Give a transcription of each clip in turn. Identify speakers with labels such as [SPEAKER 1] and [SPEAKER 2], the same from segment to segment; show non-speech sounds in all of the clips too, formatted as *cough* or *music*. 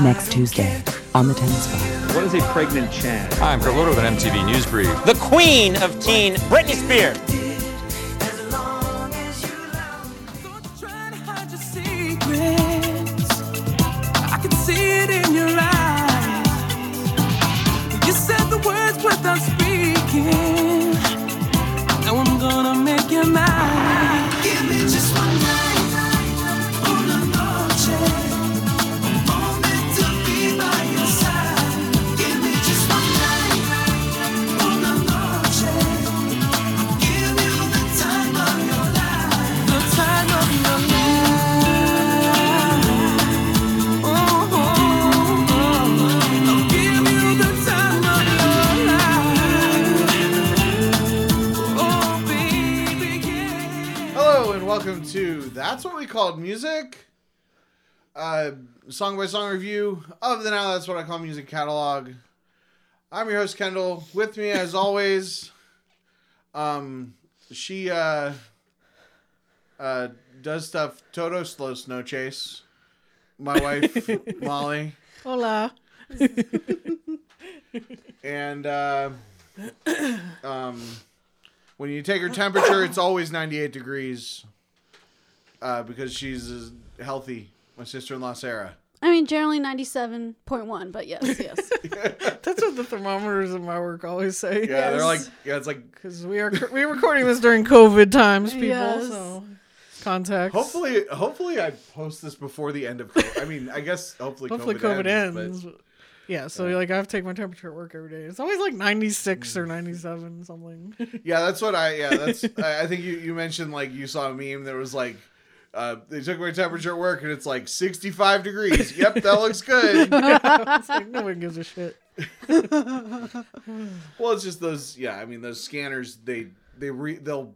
[SPEAKER 1] next Tuesday on the Tennis Bar.
[SPEAKER 2] What is a pregnant Chad?
[SPEAKER 3] Hi, I'm Kurt Loder with an MTV News Brief.
[SPEAKER 4] The queen of teen, Britney Spears.
[SPEAKER 5] Hello and welcome to That's What We Called Music, uh, song by song review of the Now That's What I Call Music catalog. I'm your host, Kendall. With me, as *laughs* always, um, she uh, uh, does stuff Toto Slow Snow Chase, my wife, Molly.
[SPEAKER 6] Hola.
[SPEAKER 5] *laughs* And uh, um, when you take her temperature, it's always 98 degrees uh, because she's as healthy. My sister in law, Sarah.
[SPEAKER 7] I mean, generally 97.1, but yes, yes.
[SPEAKER 6] That's what the thermometers in my work always say.
[SPEAKER 5] Yeah, they're like, yeah, it's like,
[SPEAKER 6] because we are we're recording this during COVID times, people.
[SPEAKER 7] Yes.
[SPEAKER 6] So contacts.
[SPEAKER 5] hopefully, hopefully I post this before the end of COVID. I mean, I guess hopefully,
[SPEAKER 6] hopefully COVID, ends. Yeah, so like I have to take my temperature at work every day. It's always like ninety six
[SPEAKER 5] Mm.
[SPEAKER 6] or ninety
[SPEAKER 5] *laughs*
[SPEAKER 6] seven something.
[SPEAKER 5] but- yeah, that's what I, yeah, that's, I, I think you, you mentioned like you saw a meme that was like, uh, they took my temperature at work and it's like 65 degrees. Yep, that looks good.
[SPEAKER 6] It's like no one gives a shit.
[SPEAKER 5] Well, it's just those. Yeah, I mean those scanners. They they re, they'll.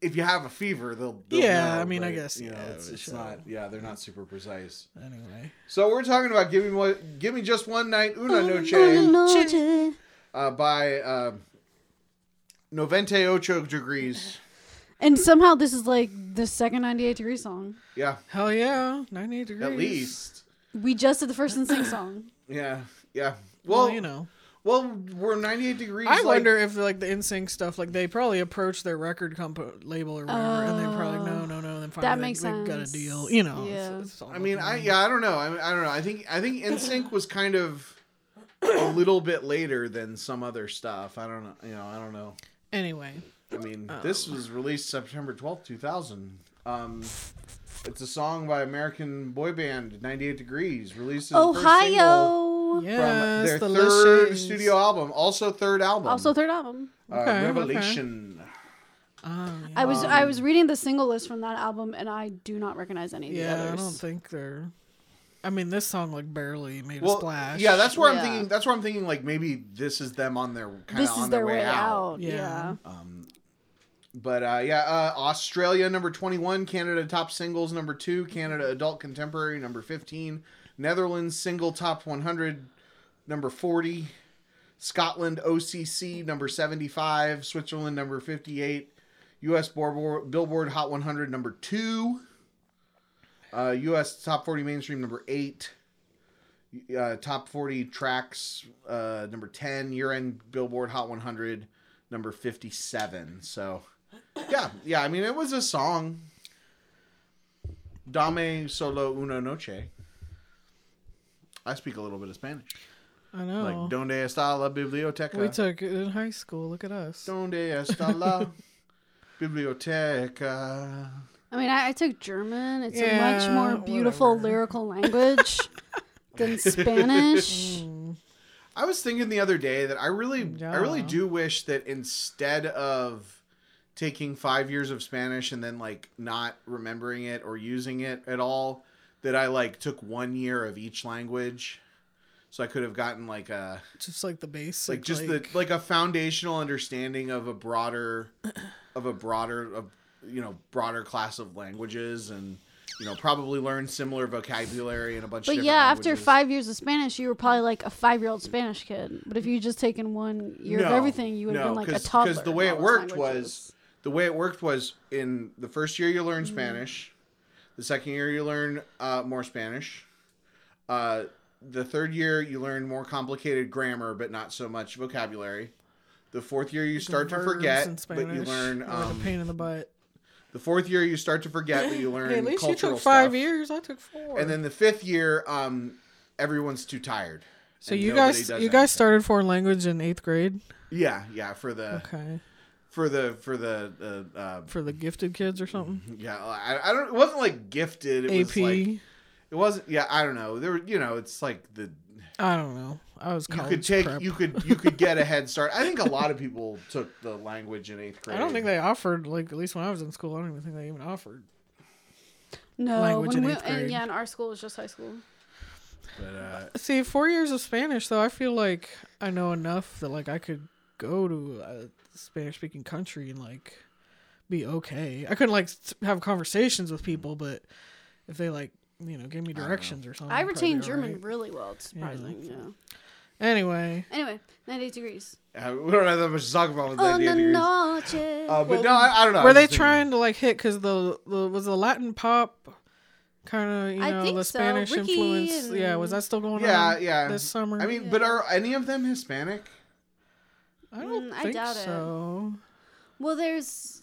[SPEAKER 5] If you have a fever, they'll. they'll
[SPEAKER 6] Yeah,
[SPEAKER 5] know,
[SPEAKER 6] I mean, I
[SPEAKER 5] right?
[SPEAKER 6] guess,
[SPEAKER 5] You know,
[SPEAKER 6] yeah,
[SPEAKER 5] it's,
[SPEAKER 6] it's a
[SPEAKER 5] it's
[SPEAKER 6] show.
[SPEAKER 5] not. Yeah, they're not super precise.
[SPEAKER 6] Anyway,
[SPEAKER 5] So we're talking about give me what, give me just one night, una
[SPEAKER 7] Una
[SPEAKER 5] noche,
[SPEAKER 7] noche.
[SPEAKER 5] uh, by um, Novente Ocho Degrees.
[SPEAKER 7] And somehow this is like the second 98 degree song.
[SPEAKER 5] Yeah,
[SPEAKER 6] hell yeah, ninety eight degrees
[SPEAKER 5] at least.
[SPEAKER 7] We just did the first and sing song.
[SPEAKER 5] Yeah, yeah.
[SPEAKER 6] Well,
[SPEAKER 5] Well,
[SPEAKER 6] you know,
[SPEAKER 5] Well, we're ninety eight degrees.
[SPEAKER 6] I
[SPEAKER 5] like-
[SPEAKER 6] wonder if like the NSYNC stuff, like they probably approached their record comp label or whatever, and they probably
[SPEAKER 7] Oh.
[SPEAKER 6] no, no, no. And then finally they,
[SPEAKER 7] makes
[SPEAKER 6] they got a
[SPEAKER 7] sense.
[SPEAKER 6] deal, you know.
[SPEAKER 7] Yeah.
[SPEAKER 5] I mean, I yeah, I don't know. I, I don't know. I think I think NSYNC was kind of a little bit later than some other stuff. I don't know. You know, I don't know.
[SPEAKER 6] Anyway,
[SPEAKER 5] I mean, this was released September twelfth, two thousand. Um, it's a song by American boy band Ninety Eight Degrees, released as the first single
[SPEAKER 7] Ohio.
[SPEAKER 5] from
[SPEAKER 6] yes,
[SPEAKER 5] their
[SPEAKER 6] the
[SPEAKER 5] third
[SPEAKER 6] Lishings.
[SPEAKER 5] studio album, also third album,
[SPEAKER 7] Also third album.
[SPEAKER 5] uh,
[SPEAKER 6] Okay, okay.
[SPEAKER 5] Revelation.
[SPEAKER 6] Oh, yeah.
[SPEAKER 7] I was I was reading the single list from that album and I do not recognize any of
[SPEAKER 6] yeah,
[SPEAKER 7] the
[SPEAKER 6] I
[SPEAKER 7] others.
[SPEAKER 6] don't think they're. I mean, this song like barely made a
[SPEAKER 5] Well,
[SPEAKER 6] splash.
[SPEAKER 5] yeah, that's where I'm
[SPEAKER 7] Yeah.
[SPEAKER 5] thinking. That's where I'm thinking. Like maybe this is them on their kind
[SPEAKER 7] this
[SPEAKER 5] of
[SPEAKER 7] is
[SPEAKER 5] on
[SPEAKER 7] their way,
[SPEAKER 5] out.
[SPEAKER 7] out.
[SPEAKER 6] Yeah.
[SPEAKER 7] Yeah.
[SPEAKER 5] But uh, yeah, uh, Australia number 21, Canada top singles number two, Canada adult contemporary number 15, Netherlands single top 100 number 40, Scotland OCC number 75, Switzerland number 58, U.S. Billboard, Billboard Hot 100 number two, uh, U.S. top 40 mainstream number eight. Uh, top 40 tracks uh, number 10 year end billboard hot 100 number 57 so yeah, yeah. I mean, it was a song. Dame solo una noche. I speak a little bit of Spanish.
[SPEAKER 6] I know.
[SPEAKER 5] Like, donde está la biblioteca?
[SPEAKER 6] Oh. we took it in high school. Look at us.
[SPEAKER 5] donde está
[SPEAKER 6] *laughs*
[SPEAKER 5] la biblioteca?
[SPEAKER 7] I mean, I, I took German. It's a
[SPEAKER 6] Yeah,
[SPEAKER 7] much more beautiful
[SPEAKER 6] whatever.
[SPEAKER 7] lyrical language than Spanish.
[SPEAKER 5] I was thinking the other day that I really, I really
[SPEAKER 6] Yeah.
[SPEAKER 5] do wish that instead of taking five years of Spanish and then like not remembering it or using it at all, that I like took one year of each language, so I could have gotten like a
[SPEAKER 6] Just like the basic,
[SPEAKER 5] like just the like a foundational understanding of a broader of a broader of you know broader class of languages and you know probably learn similar vocabulary and a bunch
[SPEAKER 7] But
[SPEAKER 5] of
[SPEAKER 7] yeah,
[SPEAKER 5] different
[SPEAKER 7] after
[SPEAKER 5] languages.
[SPEAKER 7] five years of Spanish, you were probably like a five-year-old Spanish kid. But if you just taken one year of
[SPEAKER 5] No,
[SPEAKER 7] everything, you would have
[SPEAKER 5] no,
[SPEAKER 7] been like a
[SPEAKER 5] 'cause-
[SPEAKER 7] toddler.
[SPEAKER 5] the
[SPEAKER 7] in
[SPEAKER 5] way
[SPEAKER 7] all
[SPEAKER 5] it
[SPEAKER 7] those
[SPEAKER 5] worked was
[SPEAKER 7] languages.
[SPEAKER 5] the way it worked was in the
[SPEAKER 7] Mm.
[SPEAKER 5] first year you learn Spanish, the second year you learn uh, more Spanish, Uh, the third year, you learn more complicated grammar, but not so much vocabulary. The fourth year, you start to
[SPEAKER 6] Verbs
[SPEAKER 5] forget,
[SPEAKER 6] in
[SPEAKER 5] but you
[SPEAKER 6] Spanish
[SPEAKER 5] learn.
[SPEAKER 6] were
[SPEAKER 5] Um,
[SPEAKER 6] the pain in the butt.
[SPEAKER 5] the fourth year, you start to forget, but
[SPEAKER 6] *laughs*
[SPEAKER 5] you learn.
[SPEAKER 6] Hey, at least you
[SPEAKER 5] cultural
[SPEAKER 6] took five
[SPEAKER 5] stuff.
[SPEAKER 6] years. I took four.
[SPEAKER 5] And then the fifth year, um, everyone's too tired.
[SPEAKER 6] so
[SPEAKER 5] and
[SPEAKER 6] you
[SPEAKER 5] nobody
[SPEAKER 6] guys, you
[SPEAKER 5] does anything.
[SPEAKER 6] guys started foreign language in eighth grade.
[SPEAKER 5] Yeah, yeah, for the
[SPEAKER 6] Okay,
[SPEAKER 5] for the for the uh, uh,
[SPEAKER 6] for the gifted kids or something.
[SPEAKER 5] yeah, I, I don't. It wasn't like gifted. Mm-hmm. It
[SPEAKER 6] AP.
[SPEAKER 5] was like it wasn't. Yeah, I don't know. There, were you know, it's like the
[SPEAKER 6] I don't know. I was
[SPEAKER 5] you
[SPEAKER 6] college
[SPEAKER 5] could take
[SPEAKER 6] prep.
[SPEAKER 5] you could you could get a head start. I think a lot of people took the language in eighth grade.
[SPEAKER 6] I don't think they offered like at least when I was in school. I don't even think they even offered.
[SPEAKER 7] No,
[SPEAKER 6] Language
[SPEAKER 7] when
[SPEAKER 6] in
[SPEAKER 7] we,
[SPEAKER 6] eighth
[SPEAKER 7] and
[SPEAKER 6] grade. Oh,
[SPEAKER 7] yeah, in our school was just high school.
[SPEAKER 5] But, uh,
[SPEAKER 6] See, four years of Spanish though, I feel like I know enough that like I could go to a Spanish speaking country and like be okay. I couldn't like s- have conversations with people, but if they like you know gave me directions or something,
[SPEAKER 7] Mm-hmm. I
[SPEAKER 6] I'd probably
[SPEAKER 7] retained
[SPEAKER 6] be
[SPEAKER 7] German
[SPEAKER 6] alright.
[SPEAKER 7] really well. It's surprising. Yeah.
[SPEAKER 6] Anyway,
[SPEAKER 7] Anyway, 98 degrees.
[SPEAKER 5] uh, we don't have that much to talk about with
[SPEAKER 7] Oh,
[SPEAKER 5] that.
[SPEAKER 7] no,
[SPEAKER 5] Uh,
[SPEAKER 7] noche.
[SPEAKER 5] but no, I, I don't know.
[SPEAKER 6] were
[SPEAKER 5] I
[SPEAKER 6] they
[SPEAKER 5] just think-
[SPEAKER 6] trying to like hit because the, the was the Latin pop kind of you
[SPEAKER 7] I
[SPEAKER 6] know
[SPEAKER 7] think
[SPEAKER 6] the
[SPEAKER 7] so.
[SPEAKER 6] Spanish
[SPEAKER 7] Ricky
[SPEAKER 6] influence? Yeah, was
[SPEAKER 7] and-
[SPEAKER 6] that still going
[SPEAKER 5] Yeah,
[SPEAKER 6] on?
[SPEAKER 5] yeah.
[SPEAKER 6] This summer,
[SPEAKER 5] I mean, but are any of them Hispanic?
[SPEAKER 6] I don't
[SPEAKER 7] Mm, I
[SPEAKER 6] think
[SPEAKER 7] doubt it.
[SPEAKER 6] so.
[SPEAKER 7] Well, there's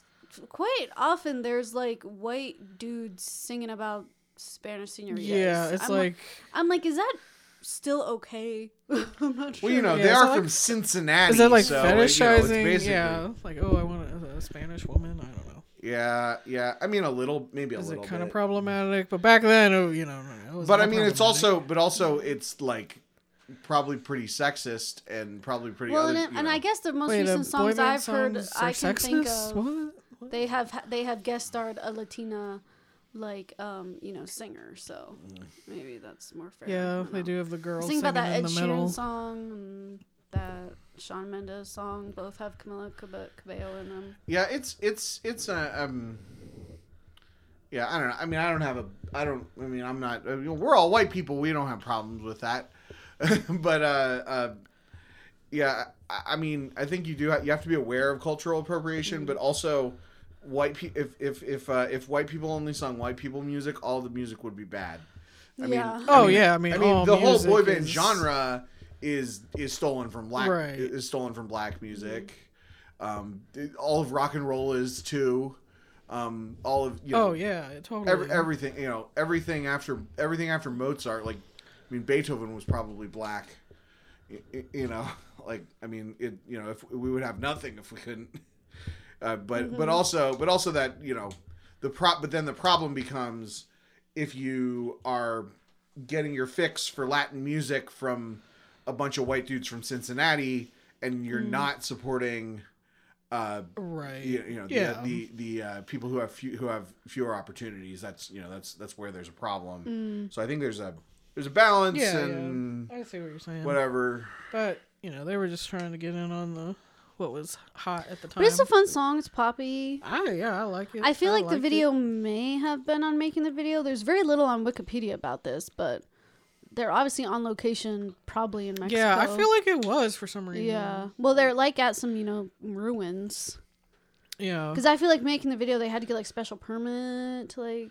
[SPEAKER 7] quite often there's like white dudes singing about Spanish senoritas.
[SPEAKER 6] Yeah, it's
[SPEAKER 7] I'm
[SPEAKER 6] like
[SPEAKER 7] I'm like, is that still okay? *laughs* I'm not sure.
[SPEAKER 5] Well, you know,
[SPEAKER 6] Yeah,
[SPEAKER 5] they
[SPEAKER 6] is
[SPEAKER 5] are
[SPEAKER 6] that
[SPEAKER 5] from
[SPEAKER 6] like-
[SPEAKER 5] Cincinnati.
[SPEAKER 6] Is that like
[SPEAKER 5] so, you know, it's
[SPEAKER 6] fetishizing?
[SPEAKER 5] basically-
[SPEAKER 6] yeah, like oh, I want a, a Spanish woman. I don't know.
[SPEAKER 5] yeah, yeah. I mean, a little, maybe a
[SPEAKER 6] Is
[SPEAKER 5] little
[SPEAKER 6] it kind
[SPEAKER 5] bit.
[SPEAKER 6] of problematic? But back then, oh, you know, it was
[SPEAKER 5] but
[SPEAKER 6] not
[SPEAKER 5] I mean, it's
[SPEAKER 6] problematic.
[SPEAKER 5] also, but also, it's like probably pretty sexist and probably pretty.
[SPEAKER 7] well,
[SPEAKER 5] other,
[SPEAKER 7] and,
[SPEAKER 5] you
[SPEAKER 7] and
[SPEAKER 5] know.
[SPEAKER 7] I guess the most
[SPEAKER 6] Wait,
[SPEAKER 7] recent
[SPEAKER 6] uh, boy
[SPEAKER 7] songs
[SPEAKER 6] band
[SPEAKER 7] I've heard,
[SPEAKER 6] songs
[SPEAKER 7] I
[SPEAKER 6] are
[SPEAKER 7] can think
[SPEAKER 6] sexist?
[SPEAKER 7] of,
[SPEAKER 6] What? What?
[SPEAKER 7] they have ha- they have guest starred a Latina, like um, you know, singer. So maybe that's more fair. I
[SPEAKER 6] Yeah,
[SPEAKER 7] don't
[SPEAKER 6] they
[SPEAKER 7] know.
[SPEAKER 6] do have the girls
[SPEAKER 7] Sing
[SPEAKER 6] singing
[SPEAKER 7] about that
[SPEAKER 6] in
[SPEAKER 7] Ed
[SPEAKER 6] the
[SPEAKER 7] Sheeran
[SPEAKER 6] middle.
[SPEAKER 7] song, and that Sean Mendes song. Both have Camila Cabe- Cabello in them.
[SPEAKER 5] Yeah, it's it's it's uh, um. Yeah, I don't know. I mean, I don't have a. I don't. I mean, I'm not. I mean, we're all white people. We don't have problems with that. *laughs* but uh, uh, yeah, I, I mean, I think you do. Have, you have to be aware of cultural appropriation, but also white people. If if if uh, if white people only sung white people music, all the music would be bad. I
[SPEAKER 7] Yeah.
[SPEAKER 5] Mean,
[SPEAKER 6] Oh,
[SPEAKER 5] I mean,
[SPEAKER 6] yeah, I mean, all
[SPEAKER 5] the whole
[SPEAKER 6] music
[SPEAKER 5] boy band
[SPEAKER 6] is-
[SPEAKER 5] genre is is stolen from black
[SPEAKER 6] Right.
[SPEAKER 5] is stolen from black music. Um, it- all of rock and roll is too. Um, all of you know,
[SPEAKER 6] Oh yeah, it totally.
[SPEAKER 5] every, everything you know, everything after everything after Mozart. Like, I mean, Beethoven was probably black. Y- y- You know, *laughs* like I mean, it you know, if we would have nothing if we couldn't. *laughs* Uh, but
[SPEAKER 6] Mm-hmm.
[SPEAKER 5] but also but also that you know the prop but then the problem becomes if you are getting your fix for Latin music from a bunch of white dudes from Cincinnati and you're
[SPEAKER 6] Mm.
[SPEAKER 5] not supporting uh
[SPEAKER 6] right.
[SPEAKER 5] you, you know
[SPEAKER 6] yeah.
[SPEAKER 5] the the, the uh, people who have few, who have fewer opportunities that's you know that's that's where there's a problem so i think there's a there's a balance
[SPEAKER 6] Mm. yeah,
[SPEAKER 5] and
[SPEAKER 6] yeah. I see what you're saying.
[SPEAKER 5] whatever
[SPEAKER 6] But you know, they were just trying to get in on the what was hot at the time.
[SPEAKER 7] But it's a fun song. It's poppy.
[SPEAKER 6] I yeah, I like it.
[SPEAKER 7] I feel like the
[SPEAKER 6] liked it.
[SPEAKER 7] video may have been on making the video. There's very little on Wikipedia about this, but they're obviously on location, probably in Mexico.
[SPEAKER 6] Yeah, I feel like it was for some reason.
[SPEAKER 7] Yeah. Well, they're like at some, you know, ruins.
[SPEAKER 6] yeah.
[SPEAKER 7] Because I feel like making the video, they had to get like special permit to like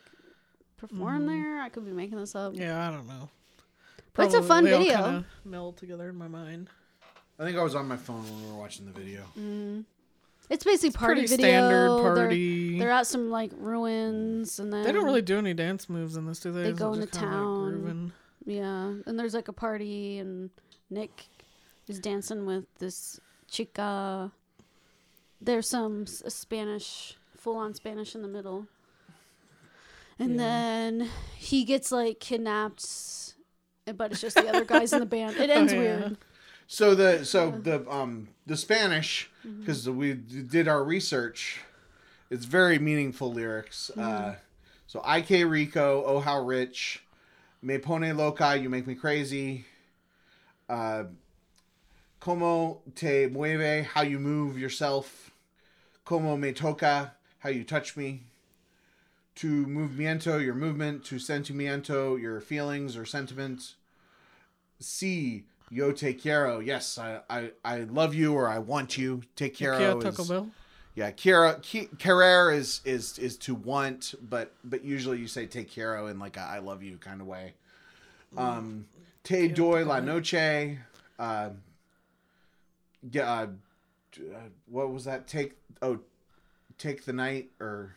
[SPEAKER 7] perform there. I could be making this up.
[SPEAKER 6] Mm-hmm. Yeah, I don't know.
[SPEAKER 7] But it's a fun
[SPEAKER 6] they all
[SPEAKER 7] video.
[SPEAKER 6] kinda Meld together in my mind.
[SPEAKER 5] i think i was on my phone when we were watching the video
[SPEAKER 6] Mm.
[SPEAKER 7] It's basically party
[SPEAKER 6] pretty
[SPEAKER 7] video.
[SPEAKER 6] standard
[SPEAKER 7] They're-
[SPEAKER 6] party.
[SPEAKER 7] They're, at some like ruins, and then
[SPEAKER 6] They don't really do any dance moves in this, do they?
[SPEAKER 7] They
[SPEAKER 6] Is it
[SPEAKER 7] go
[SPEAKER 6] just
[SPEAKER 7] into
[SPEAKER 6] kinda, like,
[SPEAKER 7] town.
[SPEAKER 6] grooving?
[SPEAKER 7] Yeah, and there's like a party, and Nick is dancing with this chica. There's some s- Spanish, full on Spanish in the middle. And then he gets like kidnapped, but it's just the other guys in the band. *laughs* It ends
[SPEAKER 6] yeah.
[SPEAKER 7] weird.
[SPEAKER 5] so the so the um the spanish
[SPEAKER 6] Mm-hmm.
[SPEAKER 5] because we d- did our research it's very meaningful lyrics uh so ik rico oh how rich me pone loca you make me crazy uh como te mueve how you move yourself como me toca how you touch me to movimiento your movement to sentimiento your feelings or sentiments C. Yo te quiero. Yes, I, I, I love you or I want you. Te quiero.
[SPEAKER 6] Yeah,
[SPEAKER 5] is-
[SPEAKER 6] Taco Bell.
[SPEAKER 5] yeah, Kira Ki- Carrere is is is to want, but but usually you say take Kiro in like a I love you kind of way. Um, Te Doy La Noche. Uh, yeah, uh, d- uh, what was that? Take oh, take the night or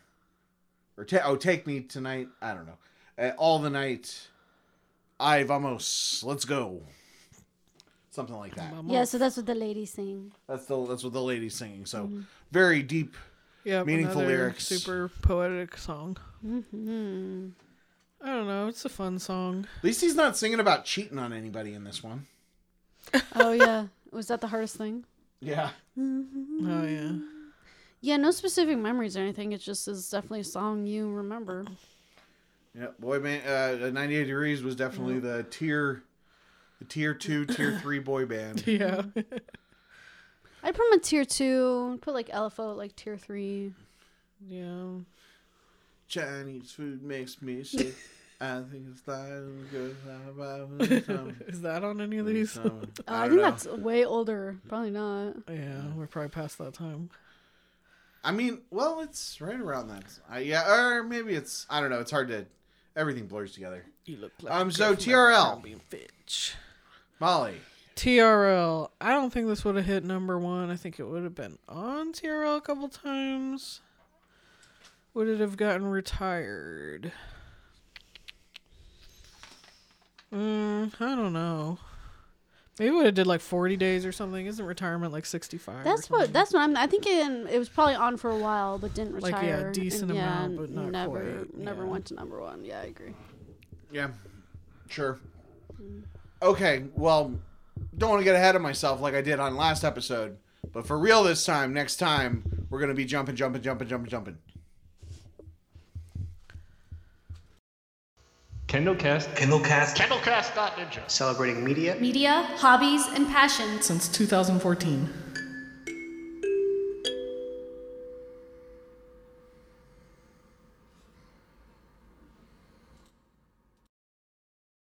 [SPEAKER 5] or ta- oh, take me tonight. I don't know. Uh, all the night. I vamos. Let's go. Something like that.
[SPEAKER 7] Yeah, so that's what the lady's saying.
[SPEAKER 5] That's the that's what the lady's singing. So very deep.
[SPEAKER 6] Yeah,
[SPEAKER 5] Meaningful
[SPEAKER 6] another
[SPEAKER 5] lyrics.
[SPEAKER 6] Super poetic song.
[SPEAKER 7] Mm-hmm.
[SPEAKER 6] I don't know. It's a fun song.
[SPEAKER 5] At least he's not singing about cheating on anybody in this one.
[SPEAKER 7] Oh yeah, was that the hardest thing?
[SPEAKER 5] Yeah.
[SPEAKER 6] Oh yeah.
[SPEAKER 7] Mm-hmm. Yeah, no specific memories or anything. It just is definitely a song you remember.
[SPEAKER 5] Yeah, boy band. Uh, uh, 98 Degrees was definitely the tier, the tier two, tier three boy
[SPEAKER 7] *laughs*
[SPEAKER 5] band.
[SPEAKER 6] *laughs* Yeah.
[SPEAKER 7] I'd put him at tier two. Put like LFO at like tier three.
[SPEAKER 6] yeah.
[SPEAKER 5] Chinese food makes me sick. I think it's lying because I'm about
[SPEAKER 7] *laughs*
[SPEAKER 6] Is that on any of these?
[SPEAKER 7] Uh, I, think that's way older. Probably not.
[SPEAKER 6] *laughs* yeah, we're probably past that time.
[SPEAKER 5] I mean, well, it's right around that. I, yeah, or maybe it's. I don't know. It's hard to. Everything blurs together.
[SPEAKER 6] You look like
[SPEAKER 5] Um. So TRL,
[SPEAKER 6] bitch.
[SPEAKER 5] Molly.
[SPEAKER 6] TRL. I don't think this would have hit number one. I think it would have been on TRL a couple times. Would it have gotten retired? Mm, I don't know. Maybe would have did like forty days or something. Isn't retirement like sixty five?
[SPEAKER 7] That's what. That's what I'm. I think in, it was probably on for a while, but didn't
[SPEAKER 6] Like,
[SPEAKER 7] retire.
[SPEAKER 6] yeah, decent
[SPEAKER 7] and
[SPEAKER 6] amount, but not
[SPEAKER 7] never,
[SPEAKER 6] quite,
[SPEAKER 7] never
[SPEAKER 6] yeah.
[SPEAKER 7] went to number one. Yeah, I agree.
[SPEAKER 5] Yeah. Sure. Okay. Well, don't want to get ahead of myself like I did on last episode, but for real this time, next time we're gonna be jumping, jumping, jumping, jumping, jumping.
[SPEAKER 2] Kendallcast. Kendallcast. Kendallcast.ninja.
[SPEAKER 8] Celebrating media
[SPEAKER 9] Media, hobbies, and passions.
[SPEAKER 6] since two thousand fourteen.